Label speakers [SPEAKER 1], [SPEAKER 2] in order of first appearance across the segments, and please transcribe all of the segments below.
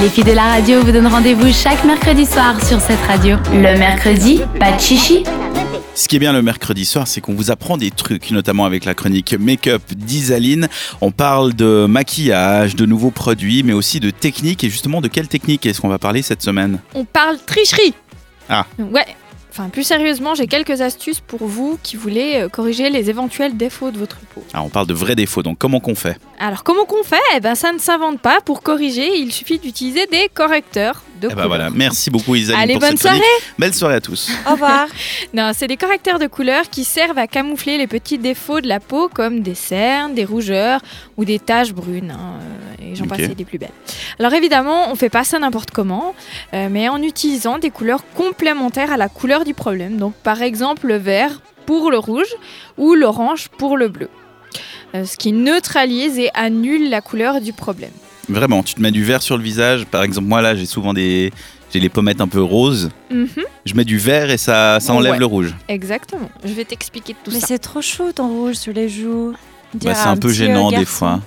[SPEAKER 1] Les filles de la radio vous donnent rendez-vous chaque mercredi soir sur cette radio. Le mercredi, pas de chichi.
[SPEAKER 2] Ce qui est bien le mercredi soir, c'est qu'on vous apprend des trucs, notamment avec la chronique Make-up d'Isaline. On parle de maquillage, de nouveaux produits, mais aussi de techniques. Et justement, de quelle technique est-ce qu'on va parler cette semaine
[SPEAKER 3] On parle tricherie.
[SPEAKER 2] Ah.
[SPEAKER 3] Ouais. Enfin, plus sérieusement, j'ai quelques astuces pour vous qui voulez euh, corriger les éventuels défauts de votre peau.
[SPEAKER 2] Ah, on parle de vrais défauts, donc comment qu'on fait
[SPEAKER 3] Alors, comment qu'on fait Eh ben, ça ne s'invente pas. Pour corriger, il suffit d'utiliser des correcteurs
[SPEAKER 2] Eh
[SPEAKER 3] de
[SPEAKER 2] ben
[SPEAKER 3] couleur.
[SPEAKER 2] voilà, merci beaucoup Isaline
[SPEAKER 3] Allez,
[SPEAKER 2] pour
[SPEAKER 3] bonne
[SPEAKER 2] cette
[SPEAKER 3] soirée
[SPEAKER 2] chronique. Belle soirée à tous.
[SPEAKER 4] Au revoir.
[SPEAKER 3] Non, c'est des correcteurs de couleur qui servent à camoufler les petits défauts de la peau comme des cernes, des rougeurs ou des taches brunes. hein, euh, et j'en
[SPEAKER 2] Ok.
[SPEAKER 3] passe c'est des plus belles. Alors évidemment, on fait pas ça n'importe comment, euh, mais en utilisant des couleurs complémentaires à la couleur du problème. Donc par exemple le vert pour le rouge ou l'orange pour le bleu. Euh, ce qui neutralise et annule la couleur du problème.
[SPEAKER 2] Vraiment, tu te mets du vert sur le visage. Par exemple, moi là, j'ai souvent des. J'ai les pommettes un peu roses.
[SPEAKER 3] Mhm,
[SPEAKER 2] Je mets du vert et ça, ça enlève
[SPEAKER 3] Ouais.
[SPEAKER 2] le rouge.
[SPEAKER 3] exactement. Je vais t'expliquer tout
[SPEAKER 4] Mais
[SPEAKER 3] ça.
[SPEAKER 4] c'est trop chaud ton rouge sur les joues. On
[SPEAKER 2] Bah,
[SPEAKER 4] dirait
[SPEAKER 2] c'est un peu
[SPEAKER 4] petit, euh,
[SPEAKER 2] gênant des
[SPEAKER 4] garçon.
[SPEAKER 2] fois. hein.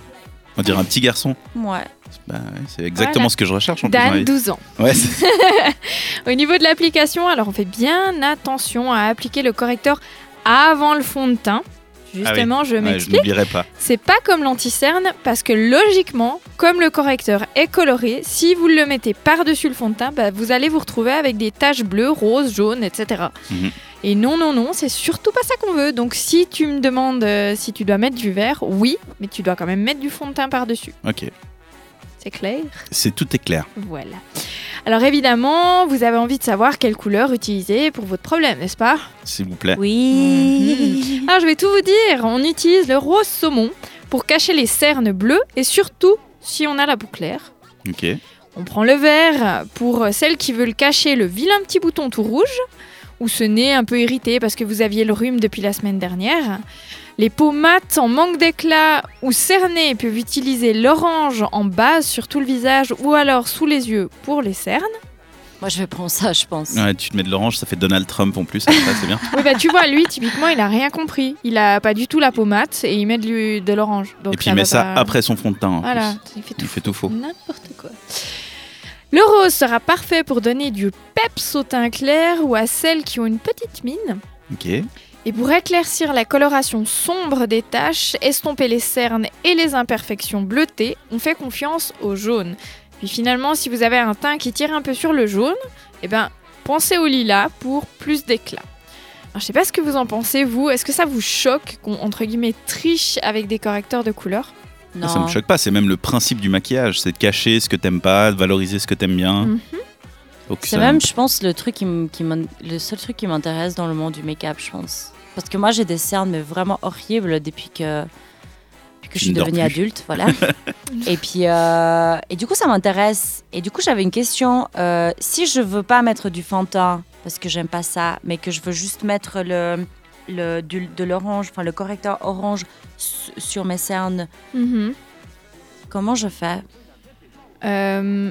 [SPEAKER 2] On dirait un petit garçon.
[SPEAKER 4] Ouais.
[SPEAKER 2] Bah, ouais, c'est exactement
[SPEAKER 3] Voilà.
[SPEAKER 2] ce que je recherche en plus. dans la
[SPEAKER 3] Dan,
[SPEAKER 2] vie.
[SPEAKER 3] 12 ans.
[SPEAKER 2] Ouais, c'est-
[SPEAKER 3] Au niveau de l'application, alors on fait bien attention à appliquer le correcteur avant le fond de teint. Justement, je
[SPEAKER 2] Ah ouais, je
[SPEAKER 3] m'explique.
[SPEAKER 2] n'oublierai pas.
[SPEAKER 3] C'est pas comme l'anticerne parce que logiquement, comme le correcteur est coloré, si vous le mettez par-dessus le fond de teint, bah, vous allez vous retrouver avec des taches bleues, roses, jaunes, etc.
[SPEAKER 2] Mhm.
[SPEAKER 3] Et non, non, non, c'est surtout pas ça qu'on veut. Donc si tu me demandes euh, si tu dois mettre du vert, oui, mais tu dois quand même mettre du fond de teint par-dessus.
[SPEAKER 2] Ok,
[SPEAKER 3] C'est clair
[SPEAKER 2] c'est tout est clair.
[SPEAKER 3] Voilà. Alors évidemment, vous avez envie de savoir quelle couleur utiliser pour votre problème, n'est-ce pas
[SPEAKER 2] S'il vous plaît.
[SPEAKER 4] Oui.
[SPEAKER 3] Alors je vais tout vous dire, on utilise le rose saumon pour cacher les cernes bleues et surtout si on a la peau claire.
[SPEAKER 2] Ok.
[SPEAKER 3] On prend le vert pour celles qui veulent cacher le vilain petit bouton tout rouge ou ce nez un peu irrité parce que vous aviez le rhume depuis la semaine dernière. Les peaux mates en manque d'éclat ou cernées peuvent utiliser l'orange en base sur tout le visage ou alors sous les yeux pour les cernes.
[SPEAKER 4] Moi, je vais prendre ça, je pense.
[SPEAKER 2] Ouais, tu te mets de l'orange, ça fait Donald Trump en plus. après, c'est bien.
[SPEAKER 3] Oui bah tu vois lui typiquement il a rien compris, il a pas du tout la peau mate et il met de l'u- de l'orange. Donc
[SPEAKER 2] et puis il met
[SPEAKER 3] va
[SPEAKER 2] ça
[SPEAKER 3] pas-
[SPEAKER 2] après son fond de teint. en
[SPEAKER 3] Voilà,
[SPEAKER 2] plus. Oh.
[SPEAKER 3] il fait tout
[SPEAKER 2] Il fait tout faux.
[SPEAKER 3] N'importe quoi. Le rose sera parfait pour donner du peps au teint clair ou à celles qui ont une petite mine.
[SPEAKER 2] Ok.
[SPEAKER 3] Et pour éclaircir la coloration sombre des taches, estomper les cernes et les imperfections bleutées, on fait confiance au jaune. Puis finalement, si vous avez un teint qui tire un peu sur le jaune, eh ben, pensez au lilas pour plus d'éclat. Alors, je sais pas ce que vous en pensez, vous. Est-ce que ça vous choque qu'on, entre guillemets, triche avec des correcteurs de couleur
[SPEAKER 4] Non.
[SPEAKER 2] Ça me choque pas, c'est même le principe du maquillage, c'est de cacher ce que t'aimes pas, de valoriser ce que t'aimes bien.
[SPEAKER 3] Mhm.
[SPEAKER 2] Donc
[SPEAKER 4] C'est
[SPEAKER 2] ça-
[SPEAKER 4] même, je pense, le, truc qui m- qui m'in- le seul truc qui m'intéresse dans le monde du make-up, je pense. Parce que moi, j'ai des cernes mais vraiment horribles depuis que, depuis que
[SPEAKER 2] Tu
[SPEAKER 4] je suis
[SPEAKER 2] ne dors
[SPEAKER 4] devenue
[SPEAKER 2] plus.
[SPEAKER 4] adulte. Voilà. et puis, euh, et du coup, ça m'intéresse. Et du coup, j'avais une question. Euh, si je veux pas mettre du fantin, parce que j'aime pas ça, mais que je veux juste mettre le, le, du- de l'orange, enfin le correcteur orange su- sur mes cernes, comment je fais
[SPEAKER 3] Euh,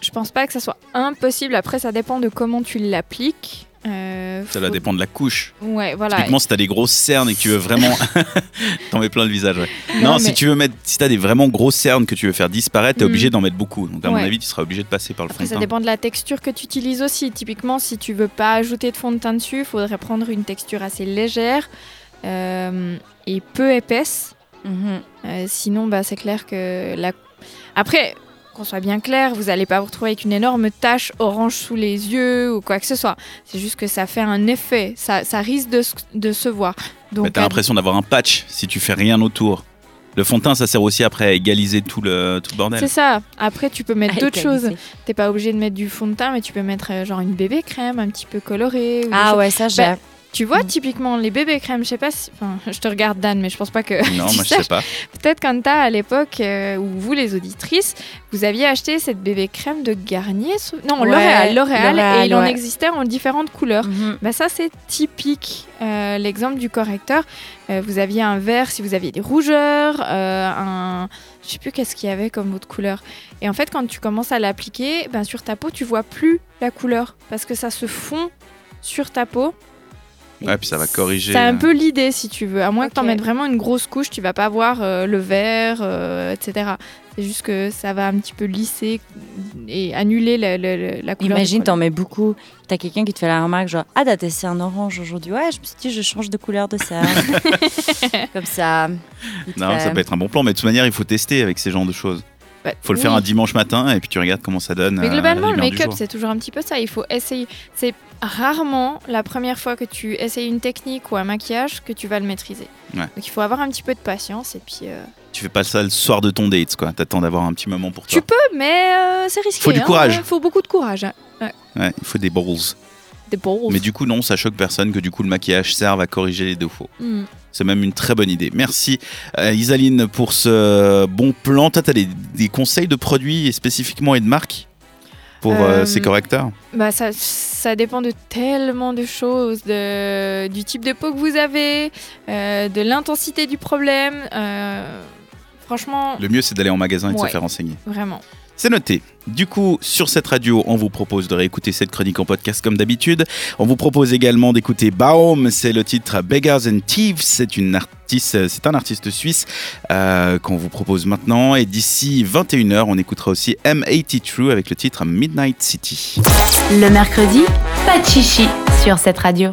[SPEAKER 3] je pense pas que ça soit impossible. Après, ça dépend de comment tu l'appliques. Euh,
[SPEAKER 2] Ça va
[SPEAKER 3] faut-
[SPEAKER 2] dépendre de la couche.
[SPEAKER 3] Ouais, voilà.
[SPEAKER 2] Typiquement, si t'as des grosses cernes et que tu veux vraiment. T'en mets plein le visage, ouais. Non,
[SPEAKER 3] Non,
[SPEAKER 2] si
[SPEAKER 3] mais-
[SPEAKER 2] tu veux mettre. Si t'as des vraiment grosses cernes que tu veux faire disparaître, t'es
[SPEAKER 3] Mm.
[SPEAKER 2] obligé d'en mettre beaucoup. Donc, à mon
[SPEAKER 3] Ouais.
[SPEAKER 2] avis, tu seras obligé de passer par le fond
[SPEAKER 3] Après,
[SPEAKER 2] de
[SPEAKER 3] ça
[SPEAKER 2] teint.
[SPEAKER 3] dépend de la texture que tu utilises aussi. Typiquement, si tu veux pas ajouter de fond de teint dessus, il faudrait prendre une texture assez légère euh, et peu épaisse. Euh, sinon, bah, c'est clair que la. Après, qu'on soit bien clair, vous allez pas vous retrouver avec une énorme tache orange sous les yeux ou quoi que ce soit. C'est juste que ça fait un effet. Ça, ça risque de, se- de se voir.
[SPEAKER 2] Mais
[SPEAKER 3] Donc, euh,
[SPEAKER 2] t'as
[SPEAKER 3] à-
[SPEAKER 2] l'impression d'avoir un patch si tu fais rien autour. Le fond de teint, ça sert aussi après à égaliser tout le, tout le
[SPEAKER 3] C'est
[SPEAKER 2] bordel.
[SPEAKER 3] ça. Après, tu peux mettre
[SPEAKER 4] Ah,
[SPEAKER 3] d'autres choses.
[SPEAKER 4] égaliser.
[SPEAKER 3] T'es pas obligé de mettre du fond de teint, mais tu peux mettre euh, genre une bébé crème un petit peu colorée. ou des
[SPEAKER 4] Ah
[SPEAKER 3] choses-
[SPEAKER 4] ouais, ça j'ai.
[SPEAKER 3] Bah, Tu vois,
[SPEAKER 4] Mm.
[SPEAKER 3] typiquement, les bébés crèmes, je sais pas si. Enfin, je te regarde, Dan, mais je pense pas que.
[SPEAKER 2] Non,
[SPEAKER 3] tu
[SPEAKER 2] moi je sais pas.
[SPEAKER 3] Peut-être qu'Anta, à l'époque, euh, ou vous, les auditrices, vous aviez acheté cette bébé crème de Garnier. sou- Non,
[SPEAKER 4] Ouais,
[SPEAKER 3] L'Oréal, L'Oréal,
[SPEAKER 4] L'Oréal,
[SPEAKER 3] et il en
[SPEAKER 4] ouais.
[SPEAKER 3] existait en différentes couleurs.
[SPEAKER 4] Mhm.
[SPEAKER 3] Bah ça c'est typique euh, l'exemple du correcteur. Euh, vous aviez un vert si vous aviez des rougeurs, euh, un je sais plus qu'est-ce qu'il y avait comme autre couleur. Et en fait quand tu commences à l'appliquer, ben sur ta peau tu vois plus la couleur parce que ça se fond sur ta peau.
[SPEAKER 2] Ouais, puis ça va corriger.
[SPEAKER 3] C'est un
[SPEAKER 2] euh,
[SPEAKER 3] peu l'idée si tu veux. À moins que tu en
[SPEAKER 4] Ok.
[SPEAKER 3] mettes vraiment une grosse couche, tu vas pas voir euh, le vert, euh, etc. C'est juste que ça va un petit peu lisser et annuler la, la, la couleur.
[SPEAKER 4] Imagine,
[SPEAKER 3] du produit.
[SPEAKER 4] t'en mets beaucoup. T'as quelqu'un qui te fait la remarque, genre Ah, t'as testé un orange aujourd'hui. Ouais, je me suis dit, je change de couleur de ça. Comme ça. vite
[SPEAKER 2] Non, ça
[SPEAKER 3] Euh.
[SPEAKER 4] fait.
[SPEAKER 2] peut être un bon plan, mais de toute manière, il faut tester avec ces genres de choses.
[SPEAKER 3] Bah,
[SPEAKER 2] Faut le
[SPEAKER 3] oui.
[SPEAKER 2] faire un dimanche matin et puis tu regardes comment ça donne.
[SPEAKER 3] Mais
[SPEAKER 2] euh,
[SPEAKER 3] globalement,
[SPEAKER 2] à
[SPEAKER 3] le
[SPEAKER 2] l'heure du
[SPEAKER 3] make-up,
[SPEAKER 2] jour.
[SPEAKER 3] c'est toujours un petit peu ça. Il faut essayer. C'est rarement la première fois que tu essayes une technique ou un maquillage que tu vas le maîtriser.
[SPEAKER 2] Ouais.
[SPEAKER 3] Donc il faut avoir un petit peu de patience et puis. euh,
[SPEAKER 2] Tu fais pas ça le soir de ton date, quoi. T'attends d'avoir un petit moment pour toi.
[SPEAKER 3] Tu peux, mais euh, c'est risqué.
[SPEAKER 2] Faut du
[SPEAKER 3] hein.
[SPEAKER 2] courage.
[SPEAKER 3] Faut beaucoup de courage. hein.
[SPEAKER 2] Ouais, il faut des balls.
[SPEAKER 3] Des balls.
[SPEAKER 2] Mais du coup, non, ça choque personne que du coup le maquillage serve à corriger les défauts.
[SPEAKER 3] Mm.
[SPEAKER 2] C'est même une très bonne idée. Merci euh, Isaline pour ce bon plan. Toi, t'as des, des conseils de produits et spécifiquement et de marques pour euh,
[SPEAKER 3] Euh,
[SPEAKER 2] ces correcteurs
[SPEAKER 3] Bah ça, ça dépend de tellement de choses, de, du type de peau que vous avez, euh, de l'intensité du problème. euh, franchement,
[SPEAKER 2] Le mieux, c'est d'aller en magasin et de
[SPEAKER 3] Ouais.
[SPEAKER 2] se faire renseigner.
[SPEAKER 3] vraiment.
[SPEAKER 2] C'est noté. Du coup, sur cette radio, on vous propose de réécouter cette chronique en podcast comme d'habitude. On vous propose également d'écouter Baum, c'est le titre Beggars and Thieves. C'est une artiste, c'est un artiste suisse euh, qu'on vous propose maintenant. Et d'ici 21h, on écoutera aussi M80 True avec le titre Midnight City.
[SPEAKER 1] Le mercredi, pas de chichi sur cette radio.